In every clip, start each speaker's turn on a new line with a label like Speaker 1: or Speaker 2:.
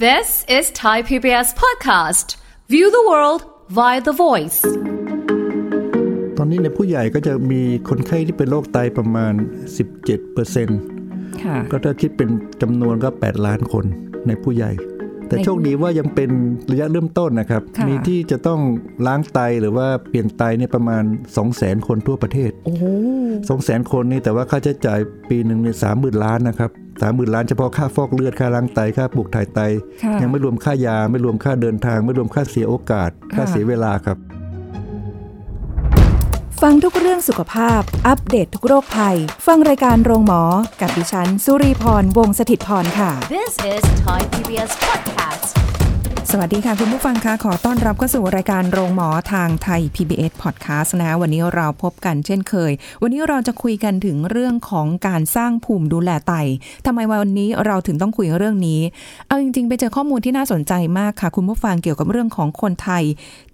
Speaker 1: This is Thai PBS podcast. View the world via the voice.
Speaker 2: ตอนนี้ในผู้ใหญ่ก็จะมีคนไข้ที่เป็นโรคไตประมาณ 17%
Speaker 3: ค่ะ
Speaker 2: ก็ถ้าคิดเป็นจำนวนก็ 8 ล้านคนในผู้ใหญ่ แต่โชคดีว่ายังเป็นระยะเริ่มต้นนะครับ
Speaker 3: ค่ะ
Speaker 2: มีที่จะต้องล้างไตหรือว่าเปลี่ยนไตเนี่ยประมาณ 2 0 0 0 0 0 คนทั่วประเทศ
Speaker 3: โอ้
Speaker 2: สองแสนคนนี่แต่ว่าค่าใช้จ่ายปีหนึ่งเนี่ยสามหมื่นล้านนะครับสามหมื่นล้านเฉพาะค่าฟอกเลือดค่าล้างไตค่าปลูกถ่ายไต
Speaker 3: ค่ะ
Speaker 2: ยังไม่รวมค่ายา ไม่รวมค่าเดินทาง ไม่รวมค่าเสียโอกาส ค่า
Speaker 3: ค่ะ
Speaker 2: เสียเวลาครับ
Speaker 3: ฟังทุกเรื่องสุขภาพ อัปเดตททุกโรคภัย ฟังรายการโรงหมอ กับดิฉัน สุรีพร วงศิตพรค่ะ
Speaker 1: This is Thai PBS podcast.
Speaker 3: สวัสดีค่ะคุณผู้ฟังคะขอต้อนรับเข้าสู่รายการโรงหมอทางไทย PBS Podcast นะวันนี้เราพบกันเช่นเคย วันนี้เราจะคุยกันถึงเรื่องของการสร้างภูมิดูแลไตทำไมวันนี้เราถึงต้องคุยเรื่องนี้ เอาจริงๆ ไปเจอข้อมูลที่น่าสนใจมากค่ะ คุณผู้ฟังเกี่ยวกับเรื่องของคนไทย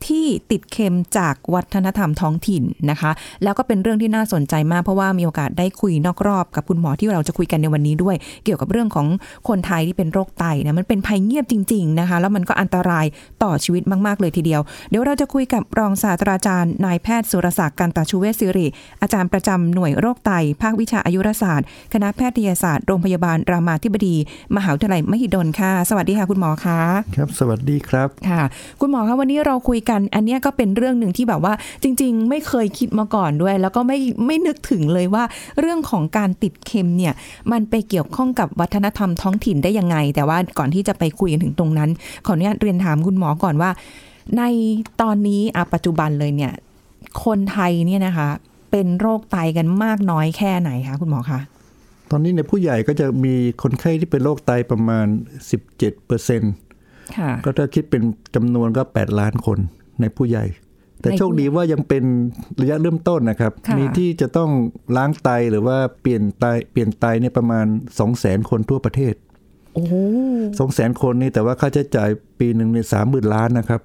Speaker 3: ที่ติดเค็มจากวัฒนธรรมท้องถิ่นนะคะ แล้วก็เป็นเรื่องที่น่าสนใจมากเพราะว่ามีโอกาสได้คุยนอกรอบกับคุณหมอที่เราจะคุยกันในวันนี้ด้วย เกี่ยวกับเรื่องของคนไทยที่เป็นโรคไตนะมันเป็นภัยเงียบจริง ๆนะคะ แล้วมันก็อันตรายต่อชีวิตมากๆเลยทีเดียว เดี๋ยวเราจะคุยกับรองศาสตราจารย์นายแพทย์สุรศักดิ์กันตาชูเวชสิริ อาจารย์ประจำหน่วยโรคไต ภาควิชาอายุรศาสตร์ คณะแพทยศาสตร์โรงพยาบาลรามาธิบดี มหาวิทยาลัยมหิดลค่ะ สวัสดีค่ะคุณหมอคะ
Speaker 2: ครับ สวัสดีครับ
Speaker 3: ค่ะคุณหมอคะวันนี้เราคุยกัน อันเนี้ยก็เป็นเรื่องหนึ่งที่แบบว่าจริง ๆ ไม่เคยคิดมาก่อนด้วย แล้วก็ไม่ไม่นึกถึงเลยว่า เรื่องของการติดเค็มเนี่ยมันไปเกี่ยวข้องกับวัฒนธรรมท้องถิ่นได้ยังไง แต่ว่าก่อนที่จะไปคุยกันถึงตรงนั้น ขออนุญาตเรียนถามคุณหมอก่อนว่า ในตอนนี้อะปัจจุบันเลยเนี่ย คนไทยเนี่ยนะคะ เป็นโรคไตกันมากน้อยแค่ไหนคะคุณหมอคะ
Speaker 2: ตอนนี้ในผู้ใหญ่ก็จะมีคนไข้ที่เป็นโรคไตประมาณ 17%
Speaker 3: ค่ะ
Speaker 2: ก็ถ้าคิดเป็นจำนวนก็ 8 ล้านคนในผู้ใหญ่ แต่
Speaker 3: ในผู้
Speaker 2: โชคดีว่ายังเป็นระยะเริ่มต้นนะครับ
Speaker 3: ค่ะ
Speaker 2: มีที่จะต้องล้างไตหรือว่าเปลี่ยนไตเปลี่ยนไตเนี่ยประมาณ 2 0 0 0 0 0 คนทั่วประเทศ
Speaker 3: โอ้
Speaker 2: สองแสนคนนี่แต่ว่าค่าใช้จ่ายปีหนึ่งเนี่ยสามหมื่นล้านนะครับ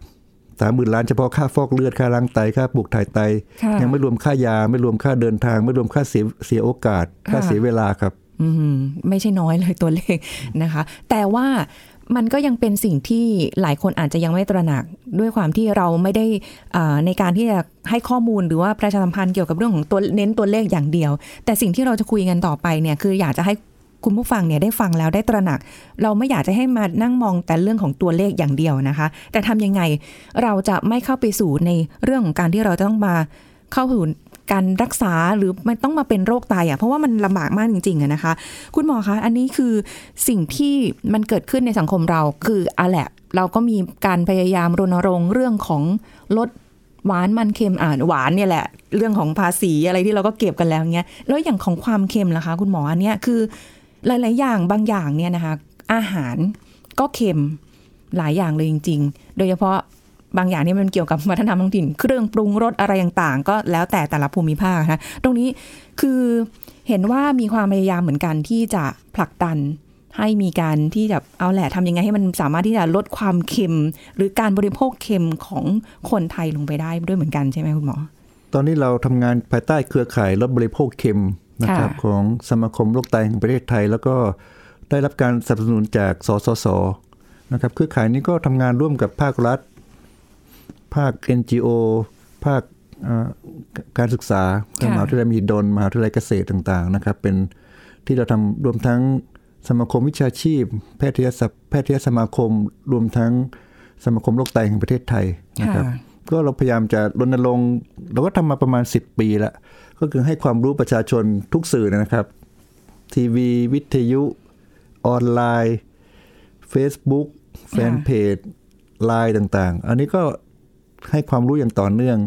Speaker 2: สามหมื่นล้านเฉพาะค่าฟอกเลือดค่าล้างไตค่าปลูกถ่ายไต
Speaker 3: ค่ะ
Speaker 2: ยังไม่รวมค่ายา ไม่รวมค่าเดินทาง ไม่รวมค่าเสียเสียโอกาส ค่า
Speaker 3: ค่ะ
Speaker 2: เสียเวลาครับ
Speaker 3: อืมไม่ใช่น้อยเลยตัวเลขนะคะ แต่ว่ามันก็ยังเป็นสิ่งที่หลายคนอาจจะยังไม่ตระหนักด้วยความที่เราไม่ได้อ่าในการที่จะให้ข้อมูลหรือว่าประชาสัมพันธ์เกี่ยวกับเรื่องของตัวเน้นตัวเลขอย่างเดียว แต่สิ่งที่เราจะคุยกันต่อไปเนี่ยคืออยากจะให้คุณผู้ฟังเนี่ยได้ฟังแล้วได้ตระหนัก เราไม่อยากจะให้มานั่งมองแต่เรื่องของตัวเลขอย่างเดียวนะคะ แต่ทำยังไงเราจะไม่เข้าไปสู่ในเรื่องของการที่เราจะต้องมา เข้าถึงการรักษาหรือมันต้องมาเป็นโรคไตอ่ะเพราะว่ามันลำบากมากจริงๆอะนะคะ คุณหมอคะ อันนี้คือสิ่งที่มันเกิดขึ้นในสังคมเราคืออะแหละ เราก็มีการพยายามรณรงค์เรื่องของลดหวานมันเค็มอ่านหวานเนี่ยแหละ เรื่องของภาษีอะไรที่เราก็เก็บกันแล้วเงี้ยแล้วอย่างของความเค็มล่ะคะ คุณหมออันเนี้ยคือ หลาย ๆ อย่างบางอย่างเนี่ยนะคะ อาหารก็เค็มหลายอย่างเลยจริง ๆ โดยเฉพาะ บางอย่างนี่มันเกี่ยวกับวัฒนธรรมท้องถิ่น เครื่องปรุงรสอะไรต่างๆ ก็แล้วแต่แต่ละภูมิภาคนะตรงนี้คือเห็นว่ามีความพยายามเหมือนกันที่จะผลักดัน ให้มีการที่จะเอาแหละทำยังไงให้มันสามารถที่จะลดความเค็ม หรือการบริโภคเค็มของคนไทยลงไปได้ด้วยเหมือนกันใช่ไหมคุณหมอ
Speaker 2: ตอนนี้เราทำงานภายใต้เครือข่ายลดบริโภคเค็มนะครับ
Speaker 3: ค่ะ
Speaker 2: ของสมาคมโรคไตแห่งประเทศไทย แล้วก็ได้รับการสนับสนุนจากสสสนะครับเครือข่ายนี้ก็ทำงานร่วมกับภาครัฐ ภาค NGO ภาคเอ่อการศึกษา
Speaker 3: ค่ะ
Speaker 2: มหาวิทยาลัยมหิดลมหาวิทยาลัยเกษตรต่างๆนะครับ เป็นที่เราทำรวมทั้งสมาคมวิชาชีพ แพทยสภาแพทยสมาคม รวมทั้งสมาคมโรคไตแห่งประเทศไทยนะครับ
Speaker 3: ค่ะ
Speaker 2: ก็เราพยายามจะรณรงค์เราก็ทำมาประมาณ 10 ปีละก็คือให้ความรู้ประชาชนทุกสื่อนะครับ ทีวี วิทยุ ออนไลน์ Facebook แฟนเพจไลน์ต่างๆ อันนี้ก็ให้ความรู้อย่างต่อเนื่อง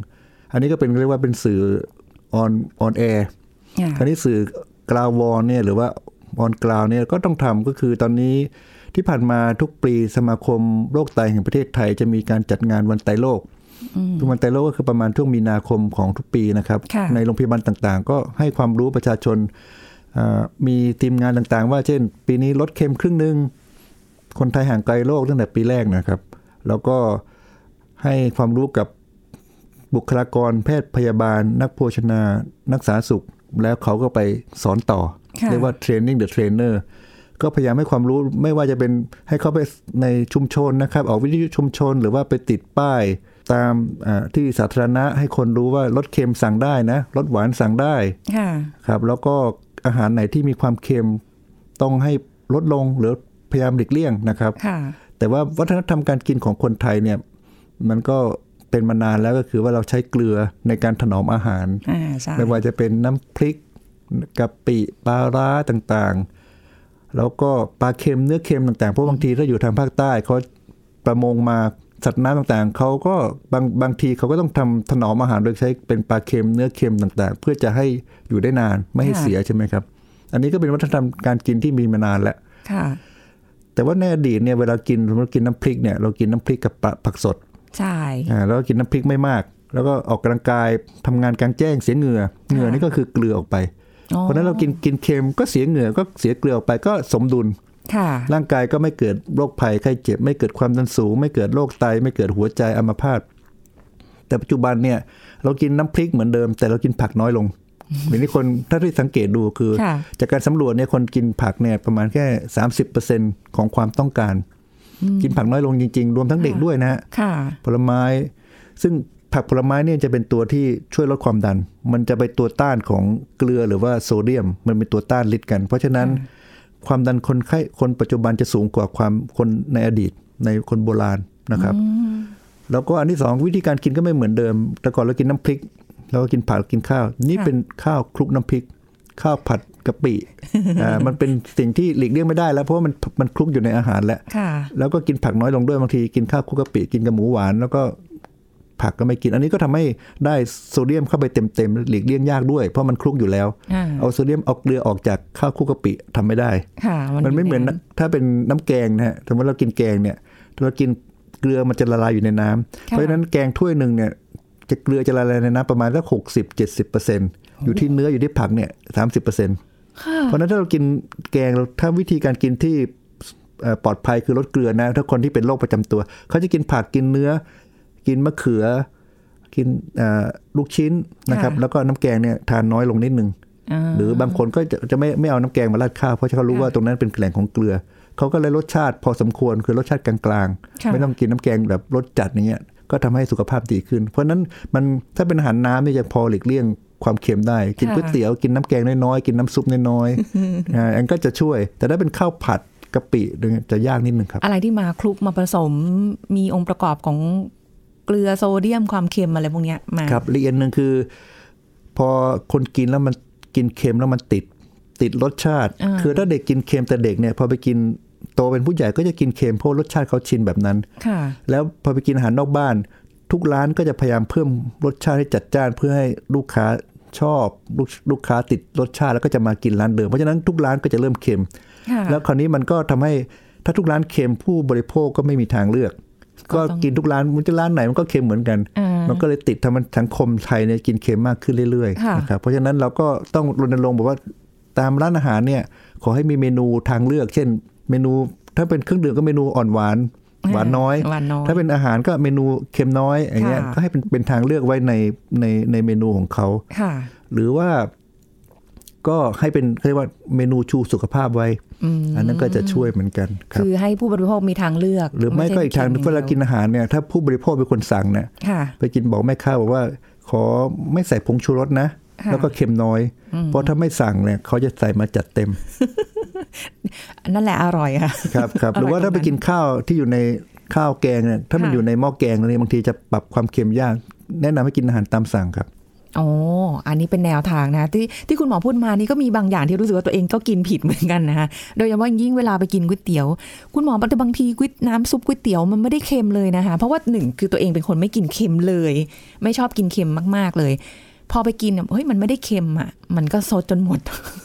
Speaker 2: อันนี้ก็เป็นเรียกว่าเป็นสื่อออนออนแอร์
Speaker 3: อ่า
Speaker 2: คราวนี้สื่อกราววอลเนี่ยหรือว่าออนกราวเนี่ยก็ต้องทำก็คือตอนนี้ที่ผ่านมาทุกปีสมาคมโรคไตแห่งประเทศไทย จะมีการจัดงานวันไตโลกทุกวันไตโลกก็คือประมาณช่วงมีนาคมของทุกปีนะครับ
Speaker 3: ค่ะ
Speaker 2: ในโรงพยาบาลต่างๆ ก็ให้ความรู้ประชาชนอ่ามีทีมงานต่างๆ ว่าเช่น ปีนี้ลดเค็มครึ่งหนึ่ง คนไทยห่างไกลโลกตั้งแต่ปีแรกนะครับ แล้วก็ให้ความรู้กับบุคลากรแพทย์พยาบาล นักโภชนา นักสาธารณสุข แล้วเขาก็ไปสอนต่อ
Speaker 3: ค่ะ
Speaker 2: เรียกว่า training the trainer ก็พยายามให้ความรู้ไม่ว่าจะเป็นให้เข้าไปในชุมชนนะครับ ออกวิทยุชุมชนหรือว่าไปติดป้าย ตามอ่าที่สาธารณะให้คนรู้ว่ารสเค็มสั่งได้นะรสหวานสั่งได้
Speaker 3: ค่ะ
Speaker 2: ครับแล้วก็อาหารไหนที่มีความเค็มต้องให้ลดลงหรือพยายามหลีกเลี่ยงนะครับ
Speaker 3: ค่ะ
Speaker 2: แต่ว่าวัฒนธรรมการกินของคนไทยเนี่ยมันก็เป็นมานานแล้วก็คือว่าเราใช้เกลือในการถนอมอาหาร
Speaker 3: อ่าใช่
Speaker 2: ไม่ว่าจะเป็นน้ำพริกกะปิปลาร้าต่างๆ แล้วก็ปลาเค็มเนื้อเค็มต่างๆเพราะบางทีถ้าอยู่ทางภาคใต้เขาประมงมาสัตว์น้ำต่างๆเขาก็บางบางทีเขาก็ต้องทำถนอมอาหารโดยใช้เป็นปลาเค็มเนื้อเค็มต่างๆ เพื่อจะให้อยู่ได้นานไม่ให้เสียใช่ไหมครับ อันนี้ก็เป็นวัฒนธรรมการกินที่มีมานานแล้ว
Speaker 3: ค่ะ
Speaker 2: แต่ว่าในอดีตเนี่ยเวลากินสมมติกินน้ำพริกเนี่ยเรากินน้ำพริกกับปลาผักสด
Speaker 3: ใช่
Speaker 2: อ่าแล้วก็กินน้ำพริกไม่มาก แล้วก็ออกกำลังกายทำงานกลางแจ้งเสียเหงื่อเหงื่อนี่ก็คือเกลือออกไป
Speaker 3: อ๋อ
Speaker 2: เพราะฉะนั้นเรากินกินเค็มก็เสียเหงื่อก็เสียเกลือออกไปก็สมดุล
Speaker 3: ค่ะ
Speaker 2: ร่างกายก็ไม่เกิดโรคภัยไข้เจ็บ ไม่เกิดความดันสูง ไม่เกิดโรคไต ไม่เกิดหัวใจอัมพาตแต่ปัจจุบันเนี่ยเรากินน้ำพริกเหมือนเดิม แต่เรากินผักน้อยลงเดี๋ยวนี้คนถ้าที่สังเกตดูคือ
Speaker 3: ค่ะ
Speaker 2: จากการสำรวจเนี่ยคนกินผักเนี่ยประมาณแค่ 30%ของความต้องการ กินผักน้อยลงจริง ๆ รวมทั้งเด็กด้วยนะฮะ
Speaker 3: ค่ะ
Speaker 2: ผลไม้ ซึ่งผักผลไม้เนี่ยจะเป็นตัวที่ช่วยลดความดัน มันจะเป็นตัวต้านของเกลือหรือว่าโซเดียม มันเป็นตัวต้านฤทธิ์กัน เพราะฉะนั้นความดันคนไข้คนปัจจุบันจะสูงกว่าความคนในอดีตในคนโบราณนะครับ แล้วก็อันที่สองวิธีการกินก็ไม่เหมือนเดิม แต่ก่อนเรากินน้ำพริกเราก็กินผักกินข้าว นี่
Speaker 3: ค่ะ
Speaker 2: เป็นข้าวคลุกน้ำพริก ข้าวผัดกะปิ อ่ามันเป็นสิ่งที่หลีกเลี่ยงไม่ได้แล้วเพราะว่ามันมันคลุกอยู่ในอาหารแล้ว
Speaker 3: ค่ะ
Speaker 2: แล้วก็กินผักน้อยลงด้วยบางทีกินข้าวคลุกกะปิกินกับหมูหวาน แล้วก็ผักก็ไม่กิน อันนี้ก็ทำให้ได้โซเดียมเข้าไปเต็มๆหลีกเลี่ยงยากด้วย เพราะมันคลุกอยู่แล้ว
Speaker 3: อ่า
Speaker 2: เอาโซเดียมเอาเกลือออกจากข้าวคลุกกะปิทำไม่ได้
Speaker 3: ค่ะ
Speaker 2: มันไม่เหมือน
Speaker 3: ยู่
Speaker 2: นะถ้าเป็นน้ำแกงนะฮะสมมติเรากินแกงเนี่ยถ้าเรากินเกลือมันจะละลายอยู่ในน้ำเพราะฉะนั้นแกงถ้วยหนึ่งเนี่ยจะเกลือจะละลายในน้ำประมาณสักหกสิบเจ็ดสิบเปอร์เซ็นต์อยู่ที่เนื้ออยู่ที่ผักเนี่ยสามสิบเปอร์เซ็นต์
Speaker 3: ค่ะ
Speaker 2: เพราะฉะนั้นถ้าเรากินแกงเราถ้าวิธีการกินที่เอ่อปลอดภัยคือลดเกลือนะ ถ้าคนที่เป็นโรคประจำตัว เขาจะกินผักกินเนื้อ กินมะเขือ กินเอ่อลูกชิ้นนะครับ แล้วก็น้ำแกงเนี่ยทานน้อยลงนิดนึง
Speaker 3: อ่า
Speaker 2: หรือบางคนก็จะจะไม่ไม่เอาน้ำแกงมาราดข้าวเพราะเขารู้ว่าตรงนั้นเป็นแหล่งของเกลือ เขาก็เลยรสชาติพอสมควรคือรสชาติกลางๆ
Speaker 3: ะ
Speaker 2: ไม่ต้องกินน้ำแกงแบบรสจัดอย่างเงี้ยก็ทำให้สุขภาพดีขึ้น เพราะฉะนั้นมันถ้าเป็นอาหารน้ำเนี่ยยังพอหลีกเลี่ยงความเค็มได้ กินก๋วยเตี๋ยวกินน้ำแกงน้อยๆกินน้ำซุปน้อย ๆอ่าอันก็จะช่วย แต่ถ้าเป็นข้าวผัดกะปิเนี่ยจะยากนิดนึงครับ
Speaker 3: อะไรที่มาคลุกมาผสมมีองค์ประกอบของเกลือโซเดียมความเค็มอะไรพวกเนี้ยมา
Speaker 2: ครับละเอียดหนึ่งคือ พอคนกินแล้วมันกินเค็มแล้วมันติด ติดรสชาติ
Speaker 3: อ่า
Speaker 2: คือถ้าเด็กกินเค็มแต่เด็กเนี่ยพอไปกินโตเป็นผู้ใหญ่ก็จะกินเค็มเพราะรสชาติเขาชินแบบนั้น
Speaker 3: ค่ะ
Speaker 2: แล้วพอไปกินอาหารนอกบ้าน ทุกร้านก็จะพยายามเพิ่มรสชาติให้จัดจ้านเพื่อให้ลูกค้าชอบลูกลูกค้าติดรสชาติแล้วก็จะมากินร้านเดิมเพราะฉะนั้นทุกร้านก็จะเริ่มเค็ม
Speaker 3: ค่ะ
Speaker 2: แล้วคราวนี้มันก็ทำให้ถ้าทุกร้านเค็มผู้บริโภคก็ไม่มีทางเลือก ก็กินทุกร้านมันจะร้านไหนมันก็เค็มเหมือนกัน
Speaker 3: อ่ามั
Speaker 2: มันก็เลยติดทำให้สังคมไทยเนี่ยกินเค็มมากขึ้นเรื่อย
Speaker 3: ค่ะ
Speaker 2: ๆนะครับเพราะฉะนั้นเราก็ต้องรณรงค์บอกว่าตามร้านอาหารเนี่ยขอให้มีเมนูทางเลือก เช่น เมนูถ้าเป็นเครื่องดื่มก็เมนูอ่อนหวาน หวานน้อย
Speaker 3: หวานน้อย
Speaker 2: ถ้าเป็นอาหารก็เมนูเค็มน้อยอย่างเงี้ย
Speaker 3: ค่ะ
Speaker 2: ก็ให้เป็นเป็นทางเลือกไว้ในในในเมนูของเขา
Speaker 3: ค่ะ
Speaker 2: หรือว่าก็ให้เป็นเขาเรียกว่าเมนูชูสุขภาพไว้ อันนั้นก็จะช่วยเหมือนกันครับ
Speaker 3: คือให้ผู้บริโภคมีทางเลือก
Speaker 2: หรือไม่
Speaker 3: ใช่
Speaker 2: ก็อีกทาง
Speaker 3: เค็ม
Speaker 2: เวลากินอาหารเนี่ยถ้าผู้บริโภคเป็นคนสั่งเนี่ย
Speaker 3: ค่ะ
Speaker 2: ไปกินบอกแม่ค้าบอกว่า ขอไม่ใส่ผงชูรสนะ
Speaker 3: ค่ะ
Speaker 2: แล้วก็เค็มน้อย เพราะถ้าไม่สั่งเนี่ยเขาจะใส่มาจัดเต็ม
Speaker 3: นั่นแหละอร่อยค่ะ
Speaker 2: ครับครับหรือว่าถ้าไปกินข้าวที่อยู่ในข้าวแกงเนี่ยถ้ามัน
Speaker 3: ค่ะ
Speaker 2: อยู่ในหม้อแกงเนี่ยบางทีจะปรับความเค็มยาก แนะนำให้กินอาหารตามสั่งครับ
Speaker 3: อ๋อ อันนี้เป็นแนวทางนะ ที่ที่คุณหมอพูดมานี่ก็มีบางอย่างที่รู้สึกว่าตัวเองก็กินผิดเหมือนกันนะคะโดยเฉพาะยิ่งเวลาไปกินก๋วยเตี๋ยว คุณหมอแต่บางทีก๋วยน้ำซุปก๋วยเตี๋ยวมันไม่ได้เค็มเลยนะคะ เพราะว่าหนึ่งคือตัวเองเป็นคนไม่กินเค็มเลย ไม่ชอบกินเค็มมากๆเลย พอไปกินเนี่ยเฮ้ยมันไม่ได้เค็มอ่ะ มันก็ซดจนหมด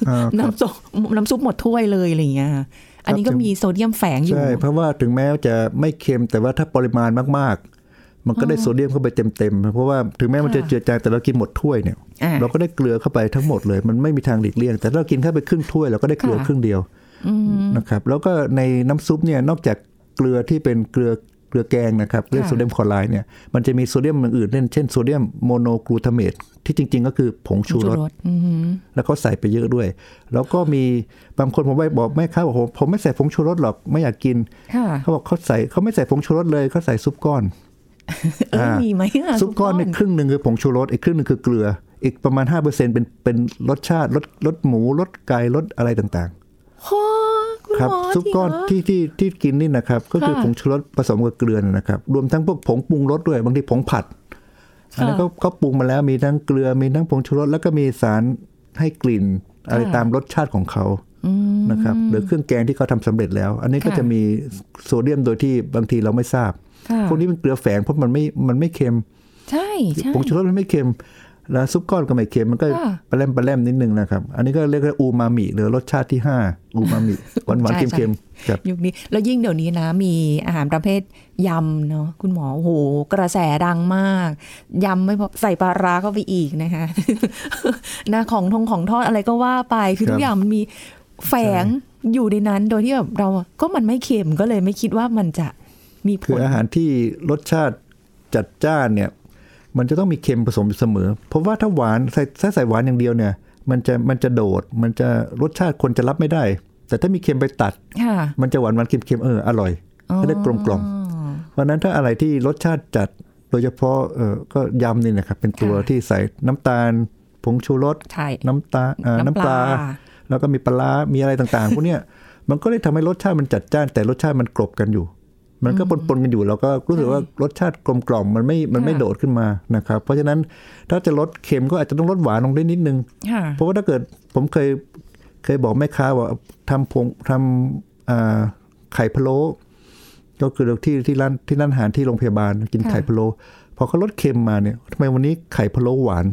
Speaker 2: อ่าครับ
Speaker 3: น้ำซุปน้ำซุปหมดถ้วยเลยอะไรอย่างเงี้ยค่ะอันนี้ก็มีโซเดียมแฝงอยู่
Speaker 2: ใช่ เพราะว่าถึงแม้ว่าจะไม่เค็มแต่ว่าถ้าปริมาณมากๆ มันก็ได้โซเดียมเข้าไปเต็มๆ เพราะว่าถึงแม้มันจะเจือจางแต่เรากินหมดถ้วยเนี่ย
Speaker 3: อ่า
Speaker 2: เราก็ได้เกลือเข้าไปทั้งหมดเลย มันไม่มีทางหลีกเลี่ยง แต่ถ้าเรากินแค่ไปครึ่งถ้วยเราก็ได้เกลือ
Speaker 3: ค่ะ
Speaker 2: ครึ่งเดียวนะครับแล้วก็ในน้ำซุปเนี่ยนอกจากเกลือที่เป็นเกลือ เกลือแกงนะครับเรียก
Speaker 3: ค่ะ
Speaker 2: โซเดียมคลอไรด์เนี่ยมันจะมีโซเดียมอย่างอื่นเล่นเช่นโซเดียมโมโนกลูตาเมตที่จริง ๆ ก็คือผงชูรส
Speaker 3: อือหือ
Speaker 2: แล้วก็ใส่ไปเยอะด้วย แล้วก็มีบางคนผมไปบอกแม่ค้าบอกผมผมไม่ใส่ผงชูรสหรอกไม่อยากกิน
Speaker 3: ค่ะ
Speaker 2: เขาบอกเขาใส่เขาไม่ใส่ผงชูรสเลยเขาใส่ซุปก้อน
Speaker 3: เออมีไหมะ
Speaker 2: ซุปก้อนเนี่ยครึ่งหนึ่งคือผงชูรสอีกครึ่งหนึ่งคือเกลือ อีกประมาณ 5%เป็นเป็นรสชาติรสรสหมูรสไก่รสอะไรต่าง
Speaker 3: โอ้คุณ
Speaker 2: ๆ ครับ
Speaker 3: หมอ
Speaker 2: ซุปก้อน
Speaker 3: จริงเหร
Speaker 2: ที่ที่ที่กินนี่นะครับ ก็คือ
Speaker 3: ค่ะ
Speaker 2: ผงชูรสผสมกับเกลือนะครับ รวมทั้งพวกผงปรุงรสด้วยบางทีผงผัดอันนั้น
Speaker 3: ค่ะ
Speaker 2: ก็ก็ปรุงมาแล้วมีทั้งเกลือมีทั้งผงชูรสแล้วก็มีสารให้กลิ่นอะไร
Speaker 3: ค่ะ
Speaker 2: ตามรสชาติของเขานะครับหรือเครื่องแกงที่เขาทำสำเร็จแล้ว อันนี้ก็
Speaker 3: ค่ะ
Speaker 2: จะมีโซเดียมโดยที่บางทีเราไม่ทราบ
Speaker 3: ค่ะ
Speaker 2: พวกนี้เป็นเกลือแฝงเพราะมันไม่มันไม่เค็ม
Speaker 3: ใช่ใช่
Speaker 2: ผงชูรสมันไม่เค็ม แล้วซุปก้อนก็ไม่เค็ม มันก็
Speaker 3: ค่ะ
Speaker 2: ปลาแรมปลาแรมนิดนึงนะครับ อันนี้ก็เรียกว่าอูมามิหรือรสชาติที่ 5 อูมา มิ หวานหวาน
Speaker 3: ใช่
Speaker 2: เค็ม
Speaker 3: ใช่
Speaker 2: เค็มๆครับ
Speaker 3: ยุคนี้แล้วยิ่งเดี๋ยวนี้นะ มีอาหารประเภทยำเนาะคุณหมอโอ้โหกระแสดังมากยำไม่พอใส่ปลาร้าเข้าไปอีกนะคะ นะของทงของทอดอะไรก็ว่าไปคือ
Speaker 2: ครับ
Speaker 3: ทุกอย่างมันมีแฝงอยู่ในนั้น โดยที่แบบเราก็มันไม่เค็มก็เลยไม่คิดว่ามันจะมีผ
Speaker 2: คือ
Speaker 3: ล
Speaker 2: อาหารที่รสชาติจัดจ้านเนี่ย มันจะต้องมีเค็มผสมอยู่เสมอ เพราะว่าถ้าหวานใส่ถ้าใส่หวานอย่างเดียวเนี่ย มันจะมันจะโดด มันจะรสชาติคนจะรับไม่ได้ แต่ถ้ามีเค็มไปตัด
Speaker 3: ค่ะ
Speaker 2: มันจะหวานหวานเค็มเค็มๆเอออร่อยเขาเรียกกลมกล่อม
Speaker 3: อ๋อ
Speaker 2: เพราะฉะนั้นถ้าอะไรที่รสชาติจัดโดยเฉพาะเออก็ยำนี่นะครับ เป็นตัว
Speaker 3: ค่ะ
Speaker 2: ที่ใส่น้ำตาล ผงชูรส
Speaker 3: ใช่
Speaker 2: น้ำตาเอ่อ
Speaker 3: น้ำ
Speaker 2: น้ำปลา
Speaker 3: ปลา
Speaker 2: แล้วก็มีปลาร้ามีอะไรต่างๆ พวกเนี้ยมันก็เลยทำให้รสชาติมันจัดจ้าน แต่รสชาติมันกลบกันอยู่ มันก็ปนๆกันอยู่เราก็รู้สึกว่ารสชาติกลมกล่อมมันไม่มันไม่โดดขึ้นมานะครับ เพราะฉะนั้นถ้าจะลดเค็มก็อาจจะต้องลดหวานลงได้นิดนึง
Speaker 3: ค่ะ
Speaker 2: เพราะว่าถ้าเกิดผมเคยเคยบอกแม่ค้าว่าทำผงทำอ่าไข่พะโล้ก็คือที่ที่ร้านที่ร้านอาหารที่โรงพยาบาลกิน
Speaker 3: ค่ะ
Speaker 2: ไข่พะโล้พอเขาลดเค็มมาเนี่ยทำไมวันนี้ไข่พะโล้หวาน